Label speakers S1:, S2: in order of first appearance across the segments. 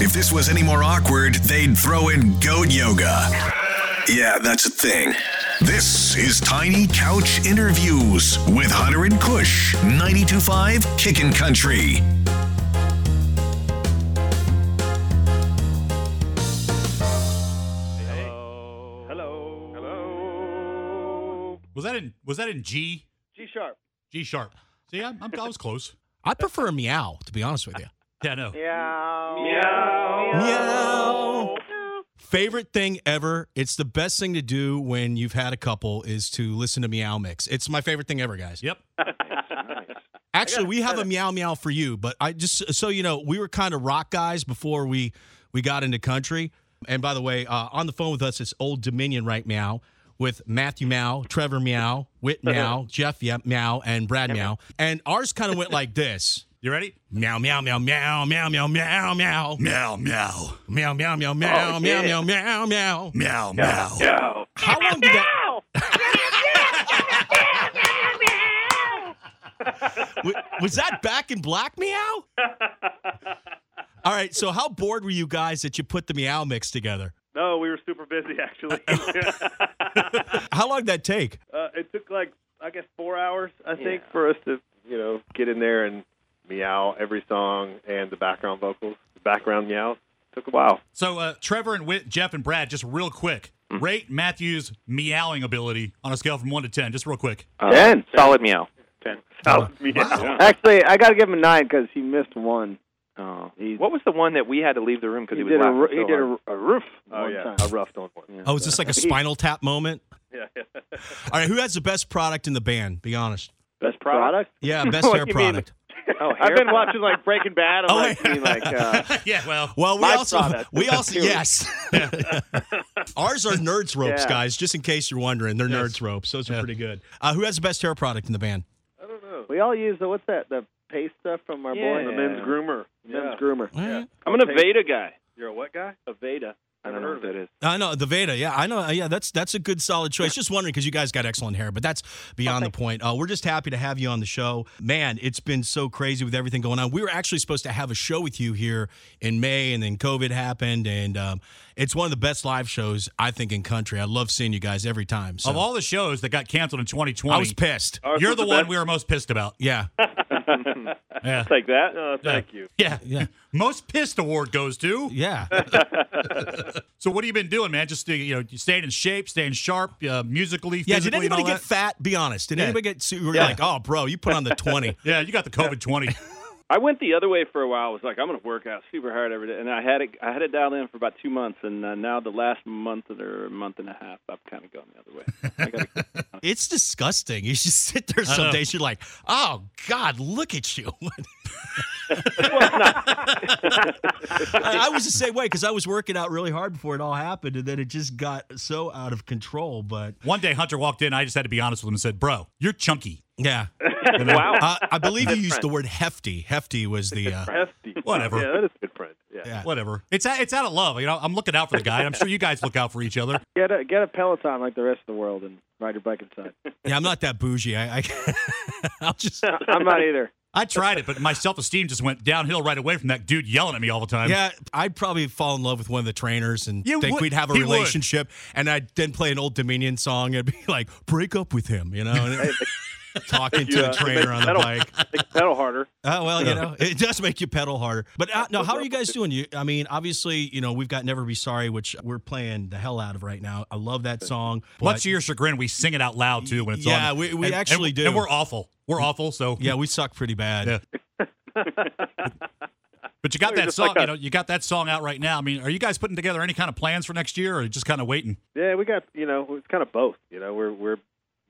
S1: If this was any more awkward, they'd throw in goat yoga. Yeah, that's a thing. This is Tiny Couch Interviews with Hunter and Kush, 925 Kickin' Country.
S2: Hello. Hello. Hello.
S3: Was that in was that in G
S2: G sharp.
S3: G sharp? See, I'm, I'm I was close.
S4: I prefer meow, to be honest with you.
S3: Yeah, no.
S2: Meow. Meow.
S4: Meow. Favorite thing ever. It's the best thing to do when you've had a couple is to listen to Meow Mix. It's my favorite thing ever, guys.
S3: Yep.
S4: Actually, we have a meow meow for you, but I just so you know, we were kind of rock guys before we we got into country. And by the way, uh, on the phone with us is Old Dominion right meow with Matthew Meow, Trevor Meow, Whit Meow, Jeff yeah, Meow, and Brad Meow. And ours kind of went like this.
S3: You ready?
S4: Meow meow meow meow meow meow meow
S1: Meow, meow.
S4: meow meow meow
S5: Oh,
S4: meow meow meow meow meow meow.
S1: Meow, meow.
S2: Meow.
S4: How long did that? Wa- was that back in black meow? All right, so how bored were you guys that you put the meow mix together?
S2: No, we were super busy actually.
S4: How long did that take?
S2: uh, it took like I guess four hours I think for us to you know get in there and meow every song and the background vocals, the background meows. Took a while.
S3: So uh, Trevor and Whit, Jeff and Brad, just real quick,
S5: Mm.
S3: rate Matthew's meowing ability on a scale from one to ten, just real quick.
S6: Uh, Ten. Solid meow.
S2: Ten. Solid meow.
S5: Actually, I got to give him a nine because he missed one.
S6: Oh.
S5: He's-
S6: What was the one that we had to leave the room because
S5: He
S6: he was
S5: did a
S6: laughing?
S5: ru-
S6: so
S5: he did
S6: hard?
S5: a, a roof
S2: Oh
S5: one
S2: yeah, I
S5: time.
S2: roughed on one.
S4: Oh, is this like a spinal tap moment?
S2: Yeah, yeah.
S4: All right, who has the best product in the band? Be honest.
S5: Best product.
S4: Yeah, best hair
S5: do you mean?
S4: product.
S6: Oh,
S5: I've
S6: hair
S5: been watching like Breaking Bad. I'm
S4: Oh,
S5: like,
S4: yeah.
S5: being like uh,
S3: yeah. Well,
S4: Well, we
S5: My
S4: also
S5: product.
S4: we also yes. Ours are nerds ropes,
S5: Yeah.
S4: guys. Just in case you're wondering, they're
S3: Yes.
S4: nerds ropes. Those are
S3: Yeah.
S4: pretty good. Uh, who has the best hair product in the band?
S2: I don't know.
S5: we all use the what's that? The paste stuff from our
S6: Yeah.
S5: boy,
S2: The men's groomer.
S5: men's groomer.
S4: Eh,
S6: I'm an Aveda guy.
S2: You're a what guy?
S5: A Veda.
S6: I don't know what that is.
S4: I know the Veda. Yeah, I know. Yeah, that's that's a good solid choice. Just wondering because you guys got excellent hair, but that's beyond the point. Uh, we're just happy to have you on the show, man. It's been so crazy with everything going on. We were actually supposed to have a show with you here in May, and then COVID happened, and um, it's one of the best live shows I think in country. I love seeing you guys every time. So
S3: of all the shows that got canceled in 2020,
S4: I was pissed.
S2: Ours
S3: you're
S2: was
S3: the,
S2: the
S3: one
S2: best.
S3: we were most pissed about.
S4: Yeah,
S3: Yeah.
S2: Take that.
S6: Uh,
S2: Oh, thank you.
S3: Yeah. yeah. most pissed award goes to.
S4: yeah.
S3: So what have you been doing, man? Just uh, you know, staying in shape, staying sharp, uh, musically,
S4: Yeah, did
S3: physically, and
S4: anybody
S3: all
S4: get
S3: that?
S4: fat? Be honest. Did
S3: Yeah.
S4: anybody get? su- You were
S3: Yeah.
S4: like, oh, bro, you put on the twenty.
S3: Yeah, you got the COVID 20.
S6: I went the other way for a while. I was like, I'm going to work out super hard every day, and I had it. I had it dialed in for about two months, and uh, now the last month or month and a half, I've kind of gone the other way. I gotta,
S4: it's disgusting. You should sit there
S3: I
S4: some
S3: know.
S4: days. You're like, oh God, look at you. I I was the same way because I was working out really hard before it all happened, and then it just got so out of control. But
S3: One day, Hunter walked in. I just had to be honest with him and said, Bro, you're chunky.
S4: yeah,
S6: wow.
S4: uh, I believe you used the word hefty. Hefty was the uh,
S2: Hefty.
S3: Whatever.
S2: Yeah, that is good friend. Yeah.
S4: yeah.
S3: Whatever. It's out, it's out of love. You know, I'm looking out for the guy. and I'm sure you guys look out for each other.
S5: Get a get a Peloton like the rest of the world and ride your bike inside.
S4: yeah. I'm not that bougie. I, I I'll just
S5: I'm not either.
S3: I tried it, but my self esteem just went downhill right away from that dude yelling at me all the time.
S4: Yeah, I'd probably fall in love with one of the trainers and
S3: You
S4: think
S3: would-
S4: we'd have a
S3: he would.
S4: relationship, and I'd then play an old Dominion song and be like, "Break up with him," you know, and talking to the trainer on the bike.
S5: Pedal harder.
S4: Oh well, you know, it does make you pedal harder. But uh, no, how are you guys doing? You, I mean, obviously, you know, we've got "Never Be Sorry," which we're playing the hell out of right now. I love that song. but-
S3: Much to your chagrin, we sing it out loud too when it's on.
S4: Yeah, we- we
S3: And-
S4: actually
S3: and,
S4: do.
S3: And we're awful. We're awful. So
S4: yeah, we suck pretty bad.
S3: Yeah. But you
S2: No,
S3: got
S2: Oh, you're
S3: that
S2: just
S3: song.
S2: like
S3: you
S2: us.
S3: know, you got that song out right now. I mean, are you guys putting together any kind of plans for next year, or just kind of waiting?
S2: Yeah, we got you know it's kind of both. You know, we're we're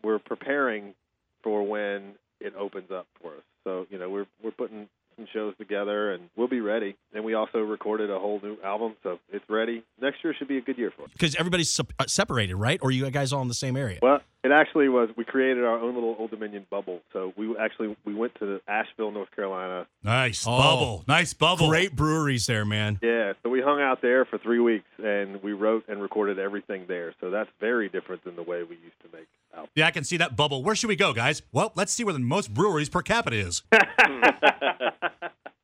S2: we're preparing for when it opens up for us. So you know we're we're putting some shows together and we'll be ready. And we also recorded a whole new album, so it's ready. Next year should be a good year for us.
S4: Because everybody's sep- uh, separated, right? Or you guys all in the same area?
S2: Well, it actually was. We created our own little Old Dominion bubble. So we actually we went to Asheville, North Carolina.
S3: Nice
S4: Oh.
S3: bubble. Nice bubble.
S4: Great breweries there, man.
S2: Yeah, so we hung out there for three weeks and we wrote and recorded everything there. So that's very different than the way we used to make albums.
S3: Yeah, I can see that bubble. Where should we go, guys? Well, let's see where the most breweries per capita is.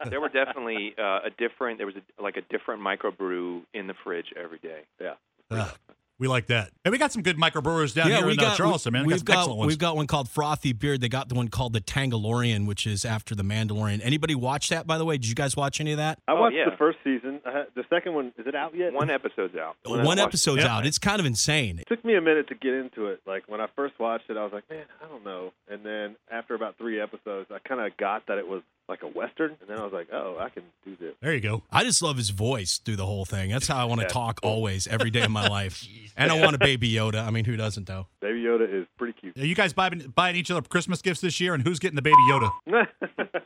S7: there were definitely uh, a different. There was a, like a different microbrew in the fridge every day. Yeah.
S3: Ugh, we like that. And we got some good microbrewers down here in uh, Charleston, man. We
S4: We've
S3: got some
S4: got,
S3: excellent ones.
S4: we've got one called Frothy Beard. They got the one called the Tangalorian, which is after the Mandalorian. Anybody watch that, by the way? Did you guys watch any of that?
S2: I
S7: Oh,
S2: watched
S7: yeah.
S2: the first season. I had- the second one is it out yet?
S7: One episode's out.
S4: One, episode's out. It's kind of insane.
S2: It took me a minute to get into it. Like when I first watched it, I was like, man, I don't know. And then after about three episodes, I kind of got that it was like a western, and then I was like, oh, I can do this.
S3: there you go.
S4: I just love his voice through the whole thing. That's how I want to talk always, every day of my life. and I want a baby Yoda. I mean, who doesn't though?
S2: Baby Yoda is pretty cute.
S3: Are you guys buying, buying each other Christmas gifts this year, and who's getting the baby Yoda?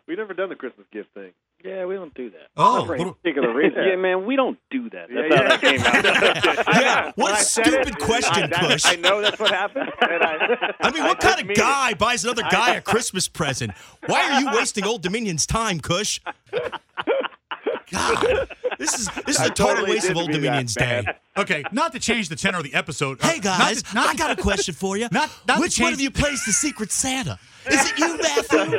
S2: we never done the Christmas gift thing.
S5: Yeah, we don't do that.
S3: Oh,
S5: Not for
S3: what
S5: any
S3: do-
S5: particular reason.
S2: Yeah.
S5: yeah, man, we don't do that. That's
S2: Yeah,
S5: how
S2: yeah.
S5: that came out. I-
S4: Yeah, what
S5: when
S4: a
S5: I said it,
S4: stupid question,
S5: I, that-
S4: Kush.
S5: I know that's what happened. And I,
S4: I mean, what
S5: did
S4: kind of
S5: mean
S4: guy buys another guy a Christmas present? Why are you wasting Old Dominion's time, Kush? God, this is this is a total
S5: totally
S4: waste of
S5: didn't
S4: Old
S5: mean that,
S4: Dominion's day.
S5: man.
S3: okay. Not to change the tenor of the episode.
S4: Hey
S3: Uh,
S4: guys,
S3: not to- not
S4: I got a question for you.
S3: Not- not to
S4: Which one
S3: change-
S4: of you plays the Secret Santa? Is it you, Matthew?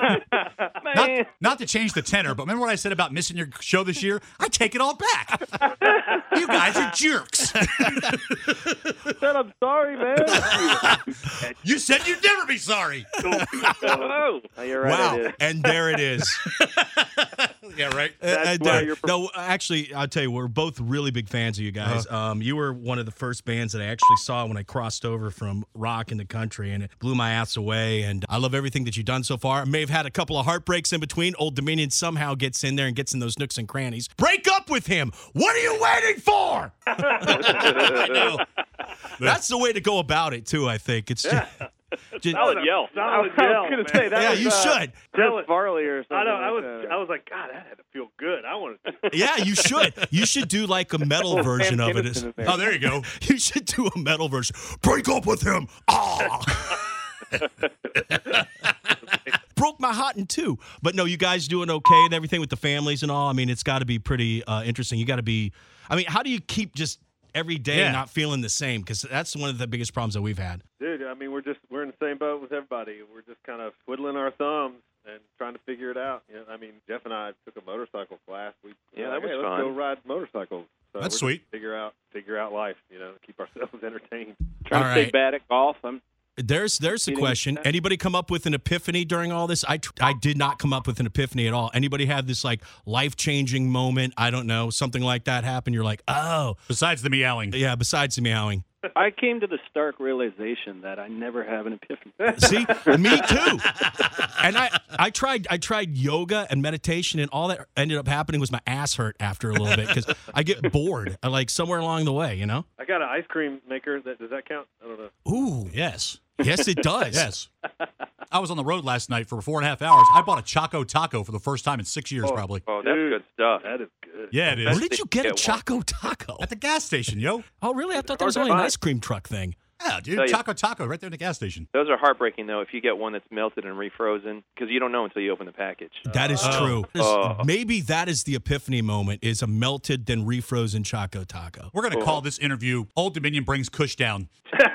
S3: not, not to change the tenor, but remember what I said about missing your show this year? I take it all back. you guys are jerks.
S5: it. Said, I'm sorry, man.
S3: you said you'd never be sorry.
S7: Oh.
S5: No, you're right. it
S4: Wow,
S5: is.
S4: and there it is.
S3: yeah, right.
S4: Uh,
S5: That's why
S4: uh, Derek,
S5: you're pro- Uh-huh.
S4: no, actually, I'll tell you, we're both really big fans of you guys. Um, you were one of the first bands that I actually saw when I crossed over from rock into country, and it blew my ass away. And I love everything that you've done so far. I may have had a couple of heartbreaks in between. Old Dominion somehow gets in there and gets in those nooks and crannies. Break up with him. What are you waiting for? I know. That's the way to go about it, too. I think it's just, just-
S6: Solid yell.
S2: I was, I was going to say that.
S4: yeah,
S2: was,
S4: you
S2: uh,
S4: should.
S5: Chris Farley or something.
S2: I know. I
S5: like
S2: was.
S5: that.
S2: I was like, God, that had to feel good. I wanted. To.
S4: Yeah, you should. You should do like a metal version of it.
S5: Anderson is there.
S3: Oh, there you go.
S4: You should do a metal version. Break up with him. Ah. Broke my heart in two. But no, you guys doing okay and everything with the families and all. I mean, it's got to be pretty uh, interesting. You got to be. I mean, how do you keep just every day
S3: Yeah.
S4: not feeling the same? Because that's one of the biggest problems that we've had.
S2: Dude, I mean, we're just we're in the same boat with everybody. We're just kind of twiddling our thumbs and trying to figure it out. You know, I mean, Jeff and I took a motorcycle class. We
S7: Yeah,
S2: we're
S7: that
S2: like,
S7: was
S2: hey,
S7: fun.
S2: Let's go ride motorcycles. So
S3: That's
S2: we're just
S3: sweet.
S2: Figure out figure out life. You know, keep ourselves entertained.
S6: Trying
S4: All
S6: to stay
S4: right.
S6: bad at golf. I'm
S4: There's there's the
S6: Meaning-
S4: question. Anybody come up with an epiphany during all this? I tr- I did not come up with an epiphany at all. Anybody have this like life changing moment? I don't know. Something like that happened. You're like, oh
S3: Besides the meowing.
S4: yeah. Besides the meowing.
S6: I came to the stark realization that I never have an epiphany.
S4: See, me too. And I, I tried, I tried yoga and meditation, and all that ended up happening was my ass hurt after a little bit because I get bored, uh, like somewhere along the way, you know.
S2: I got an ice cream maker. That does that count? I don't know.
S4: Ooh,
S3: Yes.
S4: yes, it does.
S3: Yes. I was on the road last night for four and a half hours. I bought a Choco Taco for the first time in six years, probably.
S7: Oh, that's
S2: Dude.
S7: good stuff.
S2: That is good.
S3: Yeah, it
S4: Where
S3: is.
S4: did you get a
S7: Yeah, well-
S4: Choco Taco?
S3: At the gas station, yo.
S4: Oh, really? I thought that was
S7: Hard
S4: only
S7: to
S4: an
S7: find.
S4: ice cream truck thing.
S3: Yeah,
S7: Tell
S3: dude.
S7: you.
S3: Taco Taco right there in the gas station.
S7: Those are heartbreaking though. If you get one that's melted and refrozen, because you don't know until you open the package.
S4: That is
S3: Oh.
S4: true.
S7: Oh.
S4: Maybe that is the epiphany moment: is a melted then refrozen Choco Taco.
S3: We're going to call this interview Old Dominion Brings Cush Down.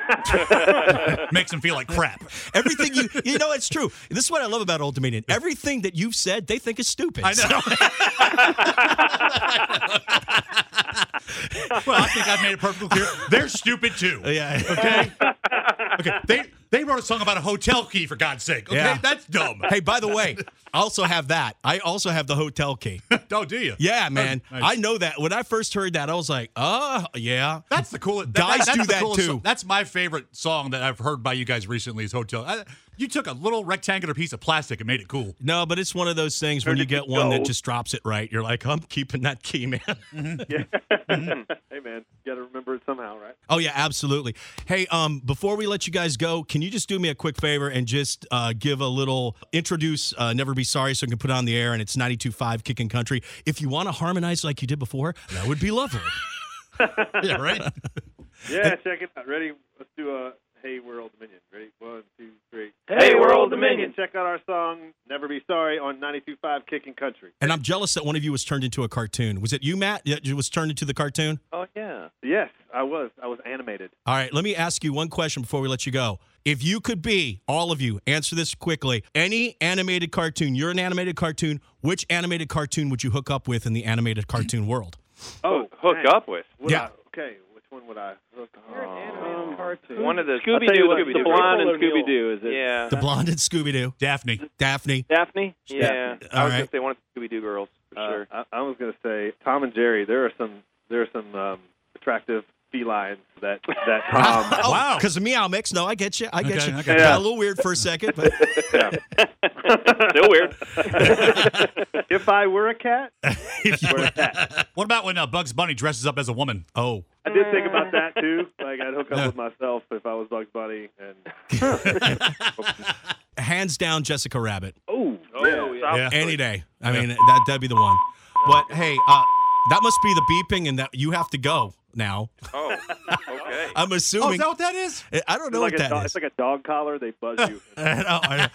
S3: Makes him feel like crap.
S4: Everything you you know, it's true. This is what I love about Old Dominion. Everything that you've said, they think is stupid.
S3: I know. well, I think I've made it perfectly clear. They're stupid too.
S4: Yeah.
S3: Okay. Okay. They they wrote a song about a hotel key for God's sake. Okay,
S4: Yeah.
S3: that's dumb.
S4: Hey, by the way, I also have that. I also have the hotel key.
S3: Oh, do you?
S4: Yeah, man.
S3: nice.
S4: I know that. When I first heard that, I was like, oh, yeah.
S3: That's the coolest.
S4: Guys
S3: that's
S4: do
S3: the
S4: that,
S3: coolest
S4: too.
S3: song. That's my favorite song that I've heard by you guys recently. Is Hotel. I, you took a little rectangular piece of plastic and made it cool.
S4: No, but it's one of those things when you
S5: did
S4: get
S5: you
S4: one
S5: go?
S4: that just drops it right. You're like, I'm keeping that key, man.
S2: Hey man, you got to remember it somehow, right?
S4: oh, yeah, absolutely. Hey, um, before we let you guys go, can you just do me a quick favor and just uh, give a little introduce uh, Never Be Sorry so I can put it on the air and it's 92.5 Kicking Country. If you want to harmonize like you did before, that would be lovely.
S3: Yeah, right.
S2: Yeah, check it out. Ready? Let's do a Hey World Dominion. Ready? One, two, three.
S6: Hey, we're Old Dominion.
S2: Check out our song "Never Be Sorry" on 92.5 Kicking Country.
S4: and I'm jealous that one of you was turned into a cartoon. Was it you, Matt? Yeah, it was turned into the cartoon?
S7: Oh yeah.
S2: Yes, I, I was. I was animated.
S4: All right, let me ask you one question before we let you go. If you could be, all of you, answer this quickly. Any animated cartoon, you're an animated cartoon, which animated cartoon would you hook up with in the animated cartoon world?
S2: Oh,
S7: Hook
S2: dang.
S7: up with
S2: Would
S4: Yeah.
S2: I- okay, which one would I? Um, Look,
S5: You're an animated cartoon.
S7: one of the
S6: Scooby Doo,
S7: Scooby-Doo,
S6: the
S7: right?
S6: blonde and
S5: Triple O'Neal.
S6: Scooby Doo. Is it
S7: Yeah,
S4: The blonde and Scooby Doo,
S3: Daphne.
S4: Daphne.
S6: Daphne?
S7: yeah.
S4: All
S7: I was
S4: right.
S7: gonna say one of the Scooby Doo girls for
S2: Uh,
S7: sure.
S2: I, I was going to say Tom and Jerry. There are some. There are some um, attractive felines that that um, Tom.
S4: Oh,
S3: Wow.
S4: Because the meow mix. No, I get you. I get
S3: Okay,
S4: you.
S3: okay.
S4: Got a little weird for a second, but
S7: Still weird.
S2: if I were a cat, were a cat.
S3: What about when uh, Bugs Bunny dresses up as a woman? Oh,
S2: I did think about that too. Like I'd hook up with myself if I was Bugs Bunny, and
S4: hands down, Jessica Rabbit.
S2: oh,
S7: Oh, yeah.
S3: yeah.
S4: Any day. I mean, that that'd be the one. But hey, uh, that must be the beeping, and that you have to go now.
S7: Oh, okay.
S4: I'm
S3: Oh, is
S4: assuming.
S3: that what that is?
S4: I don't know
S2: It's like,
S4: what
S2: a
S4: that
S2: dog,
S4: is.
S2: it's like a dog collar. They buzz you.
S4: No, I-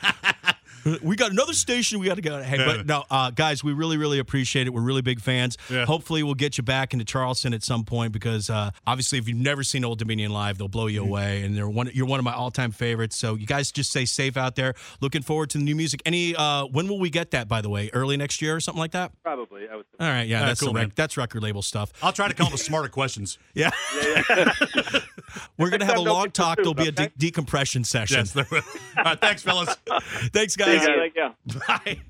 S4: we got another station we got to go. Hey, but no, uh, guys, we really, really appreciate it. We're really big fans.
S3: Yeah.
S4: Hopefully, we'll get you back into Charleston at some point because uh, obviously, if you've never seen Old Dominion live, they'll blow
S3: Mm-hmm.
S4: you away, and they're one. You're one of my all-time favorites. So you guys just stay safe out there. Looking forward to the new music. Any? Uh, when will we get that? By the way, early next year or something like that.
S2: Probably, I would.
S4: All right, yeah,
S3: All right,
S4: that's
S3: cool,
S4: the rec-
S3: man.
S4: that's record label stuff.
S3: I'll try to come up with smarter questions.
S4: Yeah, we're gonna have a
S2: Don't get
S4: long talk. There'll be a
S2: confused,
S4: de- decompression session.
S3: Yes. there will. All right, thanks, fellas.
S4: Thanks, guys.
S6: Yeah, yeah.
S4: Bye.